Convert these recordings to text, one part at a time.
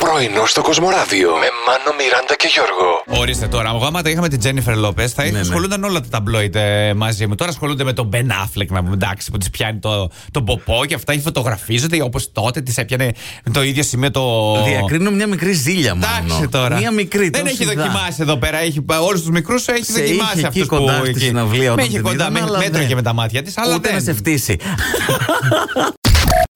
Πρωινό στο Κοσμοράδιο με Μάνο, Μιράντα και Γιώργο. Ορίστε τώρα, εγώ άμα τα είχαμε την Τζένιφερ Λόπες, θα ναι, ασχολούνταν ναι. όλα τα ταμπλόιτ ε, μαζί μου. Τώρα ασχολούνται με τον Μπεν Αφλεκ, να πούμε εντάξει, που τη πιάνει το, τον ποπό και αυτά. Ή φωτογραφίζονται όπως τότε τη έπιανε το ίδιο σημείο το. Διακρίνω μια μικρή ζήλια μόνο. Εντάξει τώρα. Μια μικρή, Δεν έχει δοκιμάσει εδώ πέρα. Έχει, όλους τους μικρούς έχει Σε δοκιμάσει είχε εκεί αυτού που. κοντά στη με συναυλία όταν έχει την κοντά, είδαμε, με αλλά μέτραγε δεν. με τα μάτια της, αλλά Ούτε να σε δεν. φτύσει.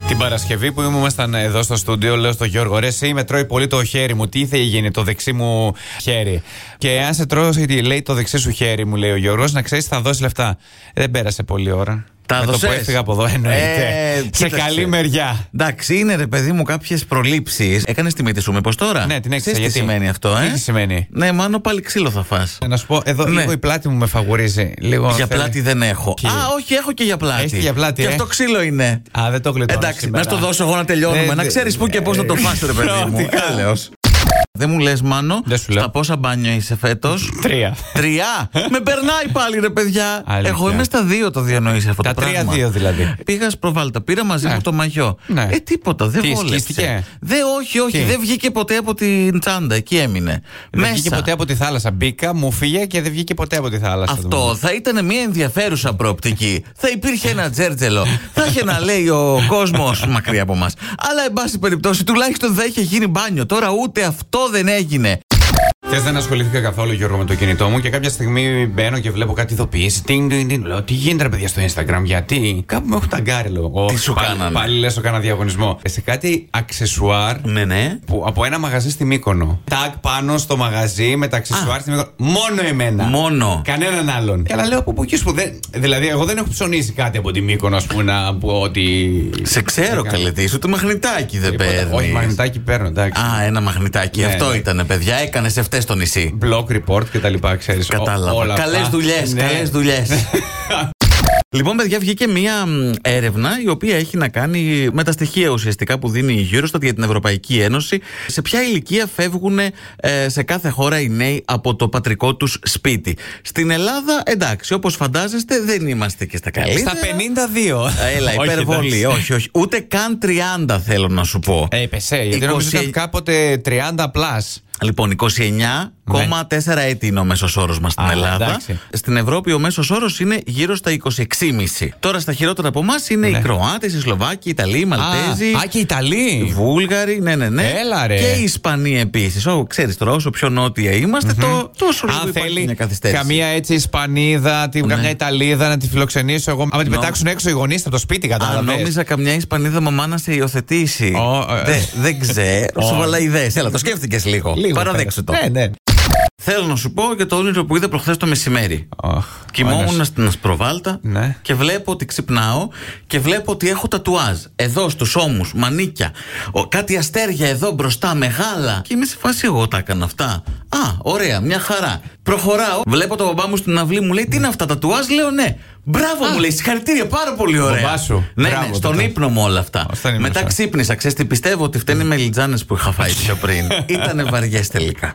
Την Παρασκευή που ήμασταν εδώ στο στούντιο, λέω στο Γιώργο, ρε, εσύ με τρώει πολύ το χέρι μου. Τι ήθελε γίνει το δεξί μου χέρι. Και αν σε τρώω, λέει το δεξί σου χέρι μου, λέει ο Γιώργος, να ξέρεις, θα δώσει λεφτά. Ε, Δεν πέρασε πολλή ώρα. Τα με το που δώσες? έφυγα από εδώ, εννοείται. Ε, σε κοίταξε. καλή μεριά. Εντάξει, είναι ρε παιδί μου κάποιες προλήψεις. Έκανες τη μύτη σου, μήπως τώρα. Ναι, την έκτισα, Ξέρεις Τι γιατί? σημαίνει αυτό, ε. Τι σημαίνει? Ναι, μάλλον πάλι ξύλο θα φας Να σου πω, εδώ Ναι. λίγο η πλάτη μου με φαγουρίζει. Λίγο Για θέλει. πλάτη δεν έχω. Κύριε. Α, όχι, έχω και για πλάτη. Έχεις και για πλάτη, Και ε. αυτό ξύλο είναι. Α, δεν το γλιτώνω. Εντάξει, σήμερα. να στο δώσω εγώ να τελειώνουμε. Ε, να δε- Ε, ξέρεις πού και πώς να το φας ρε παιδί μου. Πραγματικά. Έλεος. Δεν μου λες, Μάνο, Δεν σου λέω. στα πόσα μπάνιο είσαι φέτος. Τρία. Τρία! Με περνάει πάλι ρε παιδιά. Αλήθεια. Εγώ είμαι στα δύο το διανοείς αυτό Τα το πράγμα. τρία-δύο δηλαδή. Πήγα σπροβάλτα, πήρα μαζί Ναι. μου το μαγιό. Ναι. Ε, τίποτα, δεν Τι, βόλεψε. σκίστηκε? Δεν, όχι, όχι, Τι? δεν βγήκε ποτέ από την τσάντα, εκεί έμεινε. Δεν Μέσα. βγήκε ποτέ από τη θάλασσα. Μπήκα, μου φύγε και δεν βγήκε ποτέ από τη θάλασσα. Αυτό θα ήταν μια ενδιαφέρουσα προοπτική. θα υπήρχε ένα τζέρτζελο. θα είχε να λέει ο κόσμος μακριά από μας. Αλλά, εν πάση περιπτώσει, τουλάχιστον θα είχε γίνει μπάνιο. Τώρα ούτε αυτό δεν έγινε. Χθε δεν ασχολήθηκα καθόλου, Γιώργο, με το κινητό μου και κάποια στιγμή μπαίνω και βλέπω κάτι ειδοποίηση. Τιν, τιν, τιν. Λέω, τι γίνεται, ρε παιδιά, στο Instagram, γιατί κάπου με έχουν ταγκάρει, λέω. εγώ. Τι σου πάλι, κάνανε? Πάλι λες, το κάνα διαγωνισμό. Ε, Σε κάτι αξεσουάρ Ναι, ναι. που, από ένα μαγαζί στη Μύκονο. Τag πάνω στο μαγαζί με τα αξεσουάρ στη Μύκονο. Μόνο εμένα. Μόνο. Κανέναν άλλον. Και αλλά λέω από πού και που δεν. Δηλαδή, εγώ δεν έχω ψωνίσει κάτι από τη Μύκονο, ας πούμε, να πω ότι. Σε ξέρω, Έκανε. καλετή, ούτε μαγνητάκι δεν παίρνει. Όχι, μαγνητάκι παίρνω, εντάξει. Α, ένα μαγνητάκι. Ναι, αυτό ναι. ήτανε, παιδιά. Έκανες ευτέ στο νησί. Blog report και τα λοιπά, ξέρεις. Κατάλαβα. Καλές δουλειές, Ε, ναι. καλές δουλειές. Λοιπόν, παιδιά, βγήκε μία μ, έρευνα η οποία έχει να κάνει με τα στοιχεία ουσιαστικά που δίνει η Eurostat για την Ευρωπαϊκή Ένωση. Σε ποια ηλικία φεύγουν ε, σε κάθε χώρα οι νέοι από το πατρικό τους σπίτι. Στην Ελλάδα, εντάξει, όπως φαντάζεστε, δεν είμαστε και στα καλύτερα. Ε, Στα 52. Ε, Έλα, Όχι, υπερβολή. εντάξει. όχι, όχι. Ούτε καν 30 θέλω να σου πω. Ε, πεσέ, γιατί νομίζω 20. ήταν κάποτε 30 plus. Λοιπόν, 29,4 έτη είναι ο μέσος όρος μας στην Α, Ελλάδα. εντάξει. Στην Ευρώπη ο μέσος όρος είναι γύρω στα 26,5. Τώρα στα χειρότερα από εμάς είναι οι Κροάτες, οι Σλοβάκοι, οι Ιταλοί, οι Μαλτέζοι. Ναι. Α, και Ιταλοί. οι Βούλγαροι, ναι, ναι, ναι. Έλα, ρε. Και οι Ισπανοί επίσης. Ξέρεις τώρα, όσο πιο νότια είμαστε, το, τόσο λίγο Αν υπάρχει μια θέλει καθυστέρηση. καμία έτσι Ισπανίδα, τη, καμιά Ιταλίδα να τη φιλοξενήσω εγώ. Άμα την Ναι. Νο- πετάξουν έξω οι γονείς από το σπίτι, Α, κατάλαβε. νόμιζα καμιά Ισπανίδα μαμά να σε υιοθετήσει. Ω, ε, Δε- Δεν ξέρω. Σου Ω. βάλα ιδέες. Έλα, το σκέφτηκες λίγο. Παραδέξου το. Ναι, ναι. Θέλω να σου πω για το όνειρο που είδα προχθές το μεσημέρι. Αχ, Κοιμόμουν μόνος. στην Ασπροβάλτα Ναι. και βλέπω ότι ξυπνάω και βλέπω ότι έχω τατουάζ. Εδώ στους ώμους, μανίκια. Ο, κάτι αστέρια εδώ μπροστά, μεγάλα. Και είμαι σε φάση εγώ τα έκανα αυτά. Α, ωραία, μια χαρά. Προχωράω, βλέπω τον μπαμπά μου στην αυλή μου, λέει Τι είναι αυτά τα τατουάζ, λέω ναι. Μπράβο μου λέει, συγχαρητήρια, πάρα πολύ ωραία. μπαμπάς σου. Ναι, Μπράβο, ναι, στον τότε. ύπνο μου όλα αυτά. στον ύπνο Μετά σου. Ναι. ξύπνησα, ξέρεις τι πιστεύω ότι φταίνει με λιτζάνε που είχα φάει πιο πριν. Ήτανε βαριές τελικά.